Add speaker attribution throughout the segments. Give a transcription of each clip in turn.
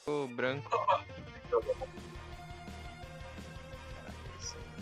Speaker 1: ficou branco.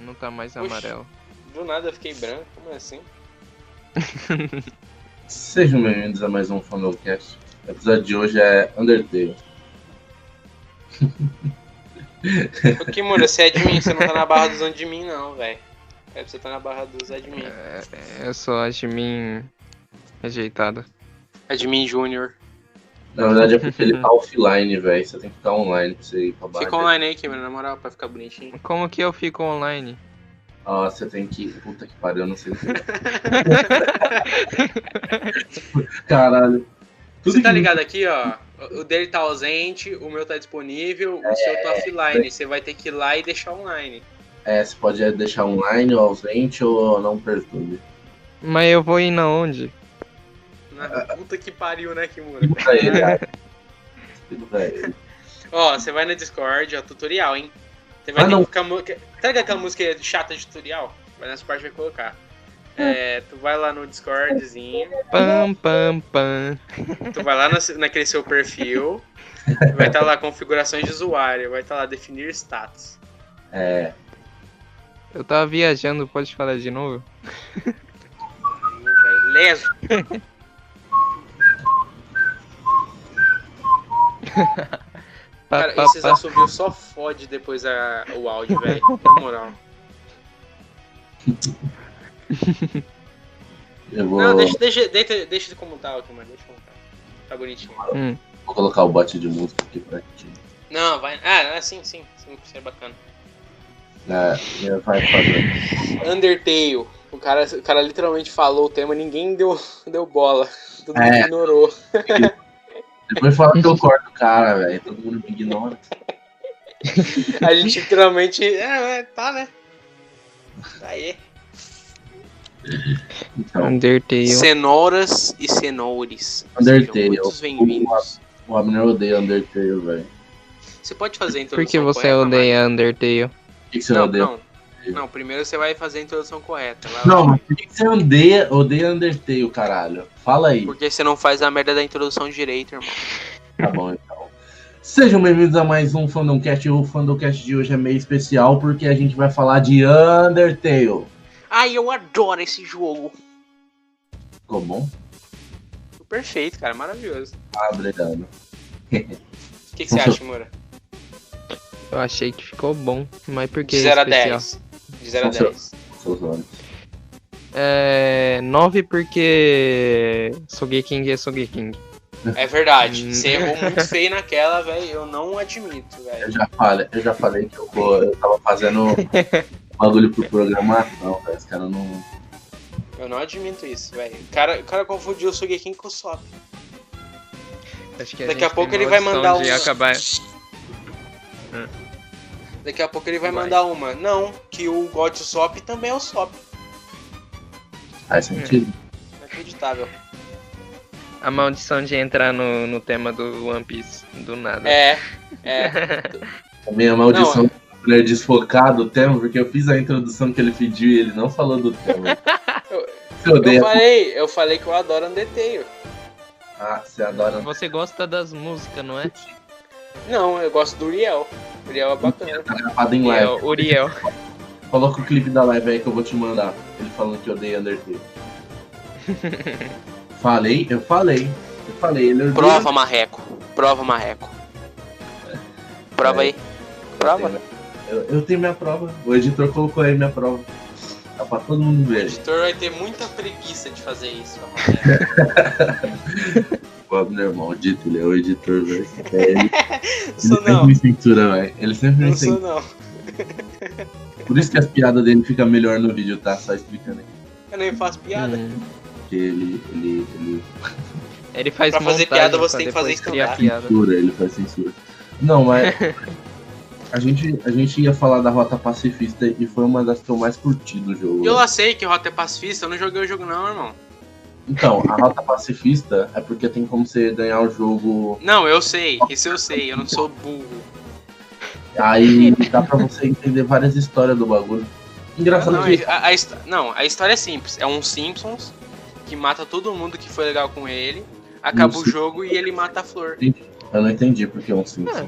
Speaker 1: Não tá mais
Speaker 2: Oxi.
Speaker 1: amarelo.
Speaker 2: Do nada eu fiquei branco, como assim?
Speaker 3: Sejam bem-vindos a mais um Funnelcast. O episódio de hoje é Undertale.
Speaker 2: Kimura, você é admin, você não tá na barra dos admin não, velho. É pra você tá na barra dos admin.
Speaker 1: Eu sou É admin rejeitado.
Speaker 2: Admin É Júnior.
Speaker 3: Na verdade é porque ele tá offline, velho. Você tem que estar online pra você ir pra né? barra.
Speaker 2: Fica online aí, Kimura, na moral, pra ficar bonitinho.
Speaker 1: Como que eu fico online?
Speaker 3: Ah, você tem que. Puta que é. pariu, eu não sei. se- Caralho. Tudo
Speaker 2: Você tá
Speaker 3: que-
Speaker 2: ligado aqui, ó? O dele tá ausente, o meu tá disponível, o seu tá offline. Você vai ter que ir lá e deixar online.
Speaker 3: É, você pode deixar online ou ausente ou não perturbe.
Speaker 1: Mas eu vou ir na onde?
Speaker 2: Na puta que pariu, né, Kimura?
Speaker 3: Liga pra ele, cara. Liga pra ele.
Speaker 2: Ó, você vai na Discord, ó, tutorial, hein? Você vai
Speaker 3: Ah,
Speaker 2: ter
Speaker 3: não.
Speaker 2: que colocar. mu- que- Tá ligado aquela música chata de tutorial? Vai nessa parte e vai colocar. É, tu vai lá no Discordzinho,
Speaker 1: Pam, pam, pam.
Speaker 2: tu vai lá na, naquele seu perfil, vai estar lá configurações de usuário, vai estar lá definir status.
Speaker 3: É.
Speaker 1: Eu tava viajando, pode falar de novo?
Speaker 2: Aí, vai, Hum, Leso.
Speaker 1: Pá,
Speaker 2: Cara,
Speaker 1: pá,
Speaker 2: esses
Speaker 1: pá.
Speaker 2: assobios só fode depois a, o áudio, velho. Na moral.
Speaker 3: Eu vou,
Speaker 2: Não, deixa, deixa, deixa, deixa como tá, aqui, mano. Deixa como tá. Tá bonitinho.
Speaker 1: Hum.
Speaker 3: vou colocar o bot de música aqui pra ti.
Speaker 2: Não, vai. Ah, ah, sim, sim. Sim, isso é bacana.
Speaker 3: É, vai fazer.
Speaker 2: Undertale. O cara, o cara literalmente falou o tema, ninguém deu, deu bola. Todo
Speaker 3: É.
Speaker 2: mundo ignorou.
Speaker 3: Depois fala que eu corto o cara, velho. Todo mundo me ignora.
Speaker 2: A gente literalmente. É, é, tá, né? Tá aí.
Speaker 3: Então,
Speaker 1: Undertale.
Speaker 2: Cenouras e cenoures.
Speaker 3: Undertale.
Speaker 2: Muitos bem-vindos.
Speaker 3: o Abner odeia Undertale, velho.
Speaker 2: Você pode fazer a introdução
Speaker 1: Por que você
Speaker 2: correta,
Speaker 1: odeia Undertale?
Speaker 3: O que, que você
Speaker 2: Marcos? Não,
Speaker 3: odeia?
Speaker 2: não. Não, primeiro você vai fazer a introdução correta. Vai lá.
Speaker 3: Não, mas por que que você odeia, odeia Undertale, caralho? Fala aí.
Speaker 2: Porque você não faz a merda da introdução direito, irmão.
Speaker 3: Tá bom, então. Sejam bem-vindos a mais um Fandomcast. O Fandomcast de hoje é meio especial porque a gente vai falar de Undertale.
Speaker 2: Ai, eu adoro esse jogo.
Speaker 3: Ficou bom?
Speaker 2: Perfeito, cara. Maravilhoso.
Speaker 3: Ah, obrigado.
Speaker 2: O que, que você acha, Moura?
Speaker 1: Eu achei que ficou bom, mas por que é
Speaker 2: De 0 a
Speaker 1: especial?
Speaker 2: 10. De 0 a
Speaker 3: Funciona.
Speaker 2: 10.
Speaker 3: Seus olhos.
Speaker 1: É. 9 porque. Sogeking é Sogeking.
Speaker 2: É verdade.
Speaker 1: Hum.
Speaker 2: Você errou muito feio naquela, velho. Eu não admito,
Speaker 3: Eu
Speaker 2: velho.
Speaker 3: já falei, eu já falei que eu, vou, eu tava fazendo bagulho pro programar. Não, velho, os caras não.
Speaker 2: Eu não admito isso, velho. O cara, o cara confundiu o Sugekin com o Sop.
Speaker 1: Acho que
Speaker 2: Daqui a pouco ele vai mandar
Speaker 1: um.
Speaker 2: um-
Speaker 1: Acabar...
Speaker 2: Daqui a pouco ele vai
Speaker 1: Vai.
Speaker 2: mandar uma. Não, que o God Sop também é o Sop.
Speaker 3: Faz sentido.
Speaker 2: Inacreditável.
Speaker 1: A maldição de entrar no, no tema do One Piece do nada.
Speaker 2: É, é.
Speaker 3: Também a maldição é do Abner desfocar do tema, porque eu fiz a introdução que ele pediu e ele não falou do tema.
Speaker 2: Eu-
Speaker 3: Você odeia.
Speaker 2: Eu falei, eu falei que eu adoro Undertale.
Speaker 3: Ah, você adora.
Speaker 1: Você gosta das músicas, não é?
Speaker 2: Não, eu gosto do Uriel. O Uriel é bacana.
Speaker 3: Tá gravado em live.
Speaker 1: Uriel. Uriel.
Speaker 3: Coloca o clipe da live aí que eu vou te mandar. Ele falando que odeia Undertale. falei, eu falei. Eu falei, ele odeia.
Speaker 2: Prova, Marreco. Prova, Marreco. Prova aí. Prova.
Speaker 3: Eu, eu tenho minha prova. O editor colocou aí minha prova. Tá pra todo mundo
Speaker 2: O
Speaker 3: ver.
Speaker 2: editor vai ter muita preguiça de fazer isso, Marreco.
Speaker 3: O Abner maldito, ele é o editor, velho. É, ele, ele
Speaker 2: Isso
Speaker 3: sempre
Speaker 2: não. assim.
Speaker 3: me censura, velho. Ele sempre me
Speaker 2: Não sou
Speaker 3: censura.
Speaker 2: não.
Speaker 3: Por isso que as piadas dele ficam melhor no vídeo, tá? Só explicando aí.
Speaker 2: Eu nem faço piada.
Speaker 1: Hum.
Speaker 3: Porque ele, ele, ele
Speaker 1: Ele faz
Speaker 2: Pra fazer
Speaker 1: montagem
Speaker 2: piada, você
Speaker 1: pra
Speaker 2: tem que fazer
Speaker 1: depois criar
Speaker 2: stand-up.
Speaker 1: piada.
Speaker 3: censura, ele faz censura. Não, mas. A gente, a gente ia falar da Rota Pacifista e foi uma das que eu mais curti do jogo.
Speaker 2: Eu lá sei que Rota é pacifista, eu não joguei o jogo não, irmão.
Speaker 3: Então, a Rota Pacifista é porque tem como você ganhar o jogo.
Speaker 2: Não, eu sei, isso eu sei, eu não sou burro.
Speaker 3: Aí dá pra você entender várias histórias do bagulho. Engraçado
Speaker 2: Não,
Speaker 3: que.
Speaker 2: a, a histó- não, a história é simples. É um Simpsons que mata todo mundo que foi legal com ele, acaba o
Speaker 3: Sim.
Speaker 2: jogo e ele mata a flor.
Speaker 3: Eu não entendi porque é um sim.
Speaker 1: Ah,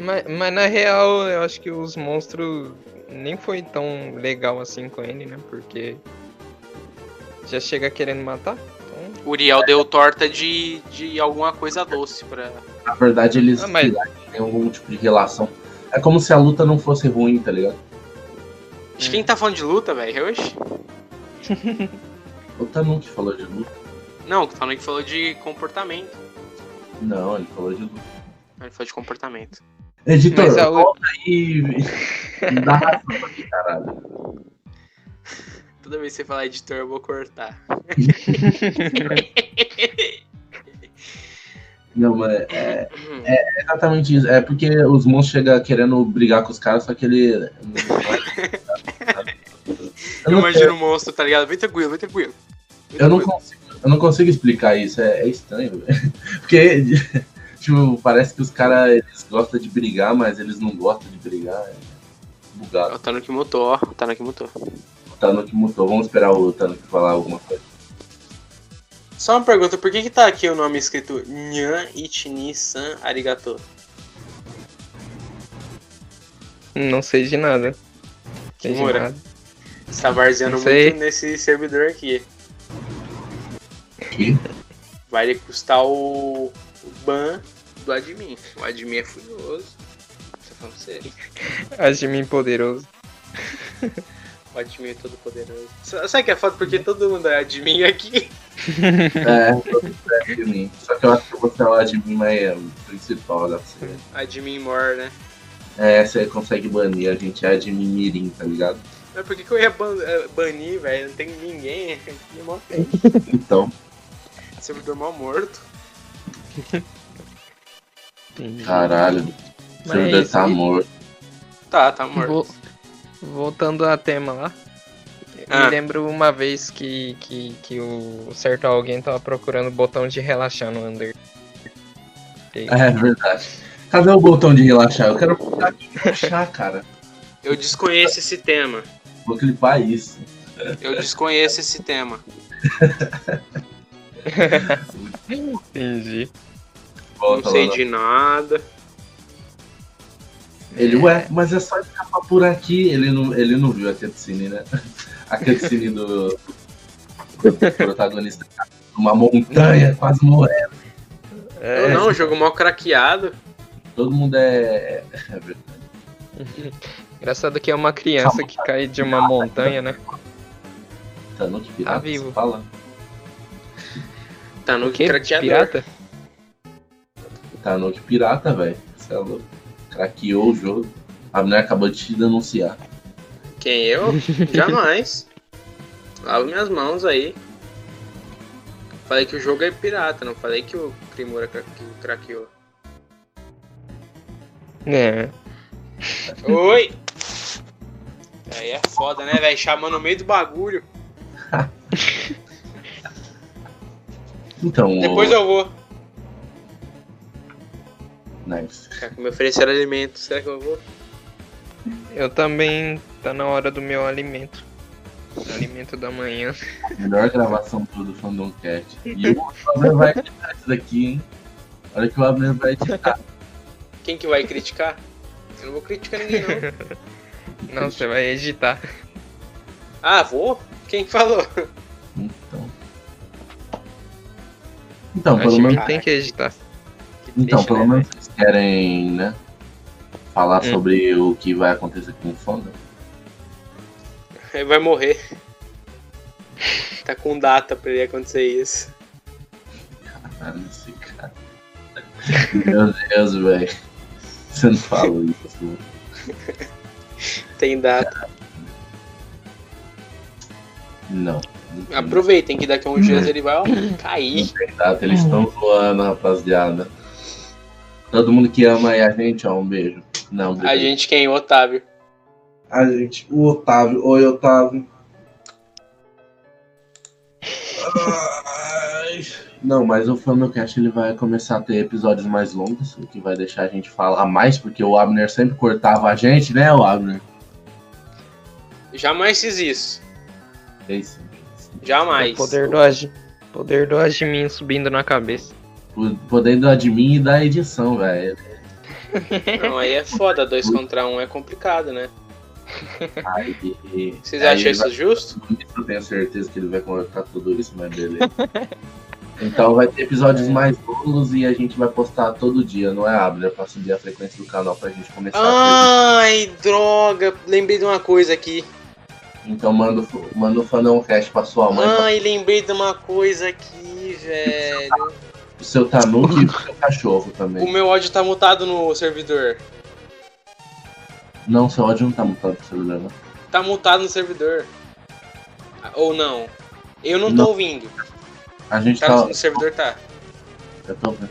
Speaker 1: Mas, mas na real, eu acho que os monstros nem foi tão legal assim com ele, né? Porque já chega querendo matar. Então...
Speaker 2: Uriel deu torta de, de alguma coisa doce pra.
Speaker 3: Na verdade, eles
Speaker 1: Ah, mas-
Speaker 3: têm algum tipo de relação. É como se a luta não fosse ruim, tá ligado? É.
Speaker 2: Acho que quem tá falando de luta, velho, hoje?
Speaker 3: O Tanuki falou de luta.
Speaker 2: Não, o Tanuki falou de comportamento.
Speaker 3: Não, ele falou de luta.
Speaker 2: Ele falou de comportamento.
Speaker 3: Editor,
Speaker 1: Mas é a u-
Speaker 3: volta aí e dá razão pra mim, caralho.
Speaker 2: Toda vez que você falar editor, eu vou cortar.
Speaker 3: Não, mas é
Speaker 2: Uhum.
Speaker 3: é exatamente isso. É porque os monstros chegam querendo brigar com os caras, só que ele. Eu
Speaker 2: Eu
Speaker 3: não, sei,
Speaker 2: imagino o monstro, tá ligado? Vem tranquilo, vem tranquilo. Vem
Speaker 3: eu não
Speaker 2: tranquilo.
Speaker 3: consigo, eu não consigo explicar isso, é, é estranho. velho. Porque, tipo, parece que os caras eles gostam de brigar, mas eles não gostam de brigar. É bugado.
Speaker 2: O Tanuki mutou, ó. tá O Tanuki mutou.
Speaker 3: O Tanuki mudou, vamos esperar o Tanuki falar alguma coisa.
Speaker 2: Só uma pergunta, por que que tá aqui o nome escrito Nyan Ichini San Arigato?
Speaker 1: Não sei de nada. Sei de
Speaker 2: Kimura.
Speaker 1: nada.
Speaker 2: Você tá varzeando
Speaker 1: Não sei.
Speaker 2: muito nesse servidor aqui.
Speaker 3: Que?
Speaker 2: Vai lhe custar o, o ban do admin. O admin é furioso. Tô falando sério.
Speaker 1: Acho de mim poderoso.
Speaker 2: O admin é todo poderoso. S- Sabe que é foda?
Speaker 1: Né?
Speaker 2: Porque todo mundo é admin aqui.
Speaker 3: É, é de mim. Só que eu acho que eu vou falar de mim, mas é o principal da série.
Speaker 2: Admin more, né?
Speaker 3: É, você consegue banir, a gente é de mirim, tá ligado?
Speaker 2: Mas por que que eu ia ban- eh, banir, velho? Não tem ninguém aqui, mó
Speaker 3: Então,
Speaker 2: servidor mal morto.
Speaker 1: Entendi.
Speaker 3: caralho, o
Speaker 1: Mas
Speaker 3: servidor
Speaker 1: é isso,
Speaker 3: tá
Speaker 1: e-
Speaker 3: morto.
Speaker 2: Tá, tá morto.
Speaker 1: Vo- voltando ao tema lá. eu
Speaker 2: Ah.
Speaker 1: Me lembro uma vez que, que, que o um certo alguém tava procurando o botão de relaxar no Under. E-
Speaker 3: É verdade. Cadê o botão de relaxar? Eu quero clicar aqui e relaxar, cara.
Speaker 2: Eu desconheço esse tema.
Speaker 3: Vou clipar isso.
Speaker 2: Eu desconheço esse tema.
Speaker 1: Entendi.
Speaker 2: Não
Speaker 3: Volta
Speaker 2: sei
Speaker 3: lá. né?
Speaker 2: de nada.
Speaker 3: Ele, ué, mas é só escapar por aqui. Ele não, ele não viu a cutscene, né? A cutscene do, do protagonista. Uma montanha, quase morrendo.
Speaker 1: É,
Speaker 2: não, jogo mal craqueado.
Speaker 3: Todo mundo é. é- é verdade.
Speaker 1: engraçado que é uma criança
Speaker 3: Calma.
Speaker 1: que cai de uma montanha, né?
Speaker 3: Tanuki pirata,
Speaker 1: Tá vivo.
Speaker 3: você Fala.
Speaker 2: Tá no
Speaker 1: O quê?
Speaker 2: craqueador.
Speaker 1: Pirata?
Speaker 3: Tanuki é pirata, velho. Você é louco. Craqueou o jogo. A mulher acabou de te denunciar.
Speaker 2: Quem eu? Jamais. Lavo minhas mãos aí. Falei que o jogo é pirata, não falei que o Primura é cra- que craqueou.
Speaker 1: É.
Speaker 2: Oi! Aí é foda, né, velho? Chamando no meio do bagulho.
Speaker 3: Então,
Speaker 2: Depois eu vou.
Speaker 3: nice.
Speaker 2: Cara, Tá, me ofereceram alimento, será que eu vou?
Speaker 1: Eu também. Tá na hora do meu alimento. Alimento da manhã.
Speaker 3: Melhor gravação toda do Fandom Cat. E o Abner vai editar isso daqui, hein? Olha que o Abner vai editar.
Speaker 2: Quem que vai criticar? Eu não vou criticar ninguém, não.
Speaker 1: Não, você vai editar.
Speaker 2: Ah, vou? Quem falou?
Speaker 3: Então. Então,
Speaker 1: Acho
Speaker 3: pelo
Speaker 1: que
Speaker 3: menos,
Speaker 1: não tem que editar.
Speaker 3: então,
Speaker 1: Deixa,
Speaker 3: pelo
Speaker 1: né,
Speaker 3: menos vocês querem, né? Falar
Speaker 1: Hum.
Speaker 3: sobre o que vai acontecer com o Fandom.
Speaker 2: Ele vai morrer. Tá com data pra ele acontecer isso.
Speaker 3: Caralho, esse cara. Meu Deus, velho. Você não fala isso.
Speaker 2: Tem data.
Speaker 3: Não. não
Speaker 2: Ah,
Speaker 3: tem
Speaker 2: Aproveitem que daqui a uns
Speaker 1: Uhum.
Speaker 2: dias ele vai ó, cair.
Speaker 3: data, Eles estão zoando, rapaziada. Todo mundo que ama aí a gente, ó, um beijo. Não,
Speaker 2: A
Speaker 1: Uhum.
Speaker 3: brincadeira.
Speaker 2: gente quem? O Otávio.
Speaker 3: A gente, o Otávio. Oi, Otávio. Ai. Não, mas o Famicast ele vai começar a ter episódios mais longos, o que vai deixar a gente falar mais, porque o Abner sempre cortava a gente, né, o Abner?
Speaker 2: Jamais fiz isso.
Speaker 3: É isso.
Speaker 2: Jamais.
Speaker 1: É O poder do, Agi- poder do Ajimin subindo na cabeça.
Speaker 3: O poder do admin e da edição, velho.
Speaker 2: Não, aí é foda, dois contra um é complicado, né?
Speaker 3: Ai, e-
Speaker 2: Vocês
Speaker 3: É, aí
Speaker 2: acham
Speaker 3: ele
Speaker 2: isso justo?
Speaker 3: vai- Eu tenho certeza que ele vai colocar tudo isso, mas beleza. Então vai ter episódios mais longos e a gente vai postar todo dia, não é, Abner? Pra subir a frequência do canal pra gente começar.
Speaker 2: Ah.
Speaker 3: a
Speaker 2: Ai, droga! Lembrei de uma coisa aqui.
Speaker 3: ter- Então manda, o f- manda o Fanãocast pra sua mãe, tá- pra
Speaker 2: Ai, lembrei de uma coisa aqui, velho.
Speaker 3: O seu Tanuki e o seu cachorro
Speaker 2: O
Speaker 3: também.
Speaker 2: meu ódio tá mutado no servidor.
Speaker 3: Não, seu ódio não tá mutado pro celular, não.
Speaker 2: Tá mutado no servidor. Ah, Ou não. Eu não tô
Speaker 3: Não.
Speaker 2: ouvindo.
Speaker 3: A gente
Speaker 2: Tá
Speaker 3: tá.
Speaker 2: no servidor tá.
Speaker 3: Eu tô vendo.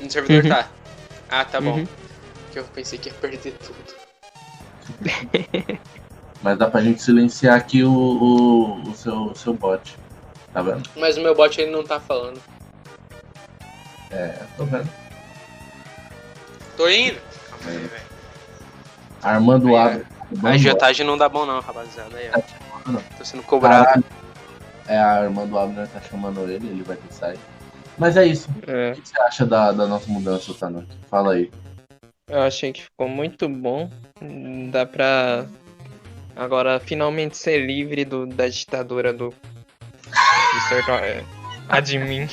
Speaker 2: No servidor
Speaker 1: Uhum.
Speaker 2: tá. Ah, tá bom.
Speaker 1: Uhum.
Speaker 2: Que eu pensei que ia perder tudo.
Speaker 3: Mas dá pra gente silenciar aqui o, o, o seu, o seu bot. Tá vendo?
Speaker 2: Mas o meu bot ele não tá falando.
Speaker 3: É, tô vendo.
Speaker 2: Tô indo.
Speaker 3: Armando o Abner.
Speaker 2: A agiotagem não dá bom não, rapaziada. Aí, ó. Tô sendo cobrado.
Speaker 3: Caralho. É, a irmã do Abner tá chamando ele, ele vai ter que sair. Mas é isso.
Speaker 1: É,
Speaker 3: O que você acha da, da nossa mudança, Tanuki? Fala aí.
Speaker 1: eu achei que ficou muito bom. Hum, Dá pra agora finalmente ser livre do, da ditadura do. de certo, é, admin.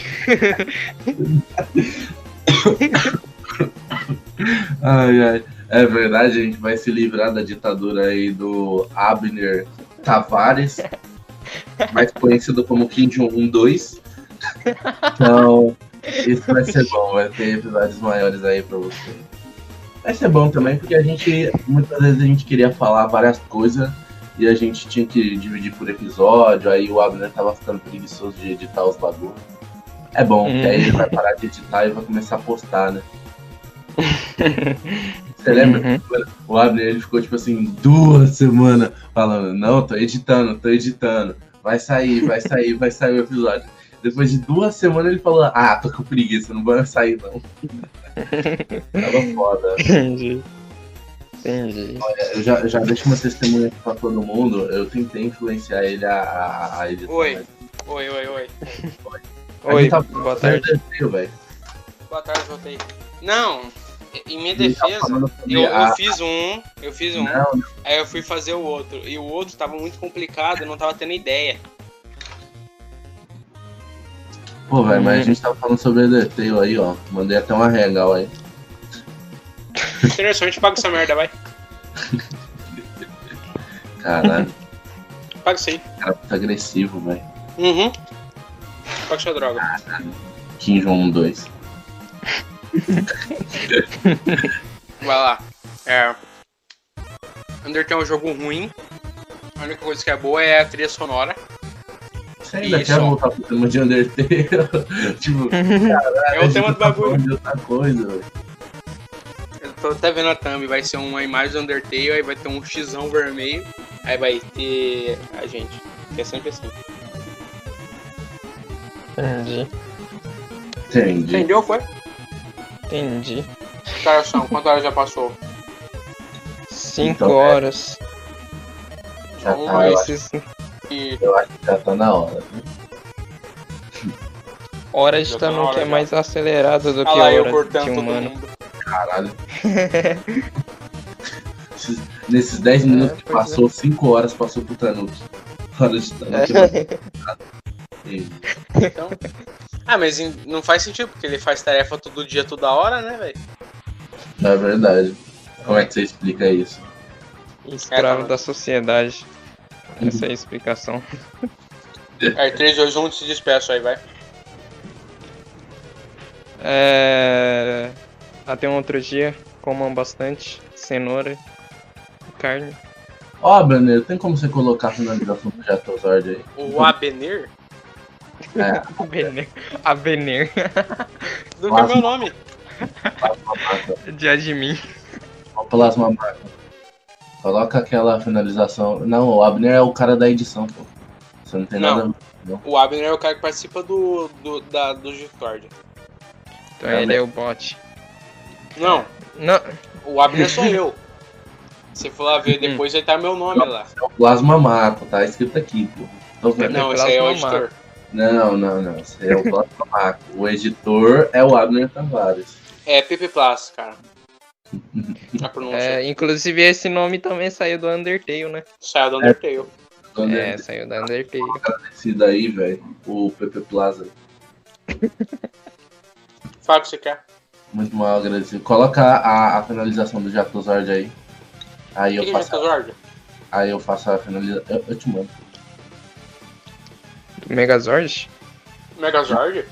Speaker 3: Ai, ai. É verdade, a gente vai se livrar da ditadura aí do Abner Tavares, mais conhecido como Kim Jong-un 2. Então, isso vai ser bom, vai ter episódios maiores aí pra você. Vai ser bom também, porque a gente, muitas vezes a gente queria falar várias coisas e a gente tinha que dividir por episódio, aí o Abner tava ficando preguiçoso de editar os bagulhos. É bom, porque aí ele vai parar de editar e vai começar a postar, né? Você lembra?
Speaker 1: Uhum.
Speaker 3: O Abner ele ficou tipo assim, duas semanas falando, não, tô editando, tô editando, vai sair, vai sair, vai sair o episódio. Depois de duas semanas ele falou, ah, tô com preguiça, não vai sair não. Tava foda.
Speaker 1: Entendi. Entendi.
Speaker 3: Eu já, eu já deixo uma testemunha aqui pra todo mundo, eu tentei influenciar ele a, a, a editar.
Speaker 2: Oi.
Speaker 3: mas
Speaker 2: Oi, oi, oi.
Speaker 3: a
Speaker 1: Oi,
Speaker 3: gente tá-
Speaker 1: boa tarde.
Speaker 3: Desenho, velho.
Speaker 2: Boa tarde, voltei. Não, em minha
Speaker 3: Ele tá
Speaker 2: defesa,
Speaker 3: falando sobre
Speaker 2: eu, eu
Speaker 3: a-
Speaker 2: fiz um, eu fiz um,
Speaker 3: Não,
Speaker 2: aí eu fui fazer o outro. E o outro tava muito complicado, eu não tava tendo ideia.
Speaker 3: Pô, velho, mas a gente tava falando sobre o Detail aí, ó. Mandei até uma regal aí.
Speaker 2: Interessante, paga essa merda, vai.
Speaker 3: Caralho,
Speaker 2: Paga isso aí.
Speaker 3: o cara tá agressivo, velho.
Speaker 2: Uhum. Paga sua droga.
Speaker 3: Kim Jong 2.
Speaker 2: Vai lá. É. Undertale é um jogo ruim. A única coisa que é boa é a trilha sonora.
Speaker 3: Você ainda
Speaker 2: Isso.
Speaker 3: quer voltar pro tema de Undertale? tipo,
Speaker 2: É o tema do bagulho.
Speaker 3: tá De outra coisa, velho.
Speaker 2: Eu tô até vendo a thumb, vai ser uma imagem do Undertale, aí vai ter um xão vermelho, aí vai ter a gente. Que é sempre assim.
Speaker 1: Entendi.
Speaker 3: Entendi.
Speaker 2: Entendeu, foi?
Speaker 1: Entendi.
Speaker 2: Que horas são? Quantas horas já passou?
Speaker 1: Cinco
Speaker 3: Então, é.
Speaker 1: horas.
Speaker 3: Já
Speaker 2: Não
Speaker 3: tá, eu acho,
Speaker 1: Esses
Speaker 2: E
Speaker 3: já tá na hora.
Speaker 1: hora de
Speaker 2: Já tá na
Speaker 1: Tanuki
Speaker 2: hora
Speaker 1: é
Speaker 2: já.
Speaker 1: mais acelerada do que um
Speaker 2: olha lá eu
Speaker 1: hora
Speaker 2: cortando
Speaker 1: de
Speaker 2: todo
Speaker 1: humano.
Speaker 2: mundo.
Speaker 3: Caralho. Esses- Nesses 10 minutos que
Speaker 1: pois é. É.
Speaker 3: passou, 5 horas passou pro Tanuki. Hora de Tanuki. Entendi.
Speaker 2: Então... Ah, mas em- não faz sentido, porque ele faz tarefa todo dia, toda hora, né, velho?
Speaker 3: Na verdade. Como é que você explica isso?
Speaker 1: Escravo
Speaker 2: tá.
Speaker 1: da sociedade. Essa é a explicação.
Speaker 2: Aí 3, 2, 1, se despeço aí, vai.
Speaker 1: É... Até um outro dia, comam bastante cenoura, carne.
Speaker 3: Ó, Brenner, tem como você colocar a finalização do Jetozord aí?
Speaker 2: O Abenir?
Speaker 1: Avenir. Avenir.
Speaker 2: Do que é
Speaker 3: Quase.
Speaker 2: meu nome?
Speaker 3: Plasma Maca.
Speaker 1: De admin.
Speaker 3: Ó, Plasma Maca. Coloca aquela finalização. Não, o Abner é o cara da edição, pô. Você não tem
Speaker 2: Não.
Speaker 3: nada a
Speaker 2: O Abner é o cara que participa do, do, da, do Discord.
Speaker 1: Então
Speaker 3: É,
Speaker 1: ele
Speaker 3: né?
Speaker 1: é o bot.
Speaker 2: Não,
Speaker 1: Não,
Speaker 2: o Abner sou eu. Se for lá ver depois, vai estar meu nome lá.
Speaker 3: Plasma Maco, tá escrito aqui, pô. Então,
Speaker 1: É,
Speaker 3: né?
Speaker 2: Não, esse aí é o
Speaker 1: Plasma
Speaker 2: editor.
Speaker 3: Não, não, não. Isso aí é o Flávio Camargo. O editor é o Abner Tavares.
Speaker 2: É Pipi Plus, cara. A pronúncia.
Speaker 1: É, inclusive esse nome também saiu do Undertale, né?
Speaker 2: Saiu
Speaker 3: é.
Speaker 2: do Undertale.
Speaker 3: Quando
Speaker 1: É,
Speaker 3: é
Speaker 1: saiu da Undertale.
Speaker 3: esse daí, velho, o Pepe Plaza,
Speaker 2: Fala o que você quer.
Speaker 3: muito mal agradecido. Coloca a, a finalização do Jactozord aí. Aí eu,
Speaker 2: Que é
Speaker 3: faço,
Speaker 2: Jacques Zorda?
Speaker 1: tá-
Speaker 3: aí eu faço a finalização. Eu, eu te mando.
Speaker 1: Do Megazord?
Speaker 2: Megazord?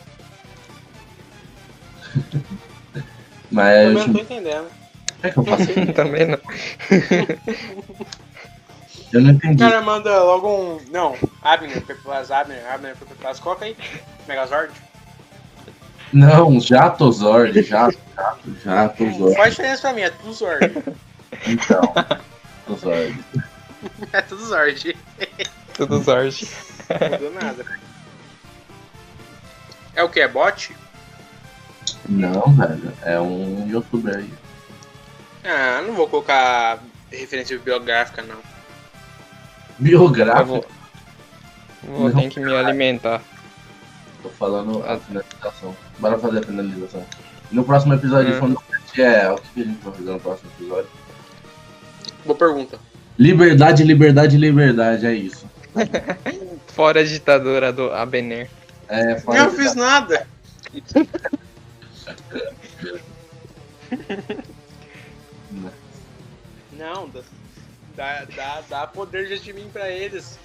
Speaker 3: Mas eu
Speaker 2: Também
Speaker 3: te
Speaker 2: não tô
Speaker 3: mando.
Speaker 2: entendendo.
Speaker 3: Como é que eu faço?
Speaker 1: também não.
Speaker 3: Eu não
Speaker 2: O
Speaker 3: entendi.
Speaker 2: cara manda logo um. Não, Abner, Pipi Plus, Abner, Abner, Pipi Plus. Coloca aí. Megazord.
Speaker 3: Não, Jatozord, Jato, Jato, Jatozord.
Speaker 2: Qual a diferença pra mim? É tudo Zord.
Speaker 3: Então, Jatozord.
Speaker 2: É tudo Zord.
Speaker 1: Tudo Zord.
Speaker 2: Não mudou nada. É o que? É bot?
Speaker 3: Não, velho, é um youtuber aí.
Speaker 2: Ah, não vou colocar referência bibliográfica, não.
Speaker 1: Eu
Speaker 3: Biográfico.
Speaker 1: vou. Vou
Speaker 3: Não.
Speaker 1: ter que me alimentar.
Speaker 3: Tô falando a finalização. Bora fazer a finalização. No próximo episódio,
Speaker 1: Hum.
Speaker 3: quando é, o que que a gente vai fazer no próximo episódio?
Speaker 2: Boa pergunta.
Speaker 3: Liberdade, liberdade, liberdade, é isso.
Speaker 1: Fora a ditadura do Abener.
Speaker 3: É,
Speaker 2: Eu
Speaker 3: fora
Speaker 2: não
Speaker 3: de-
Speaker 2: fiz nada.
Speaker 3: né?
Speaker 2: Não, dá, dá, dá poder de mim pra eles.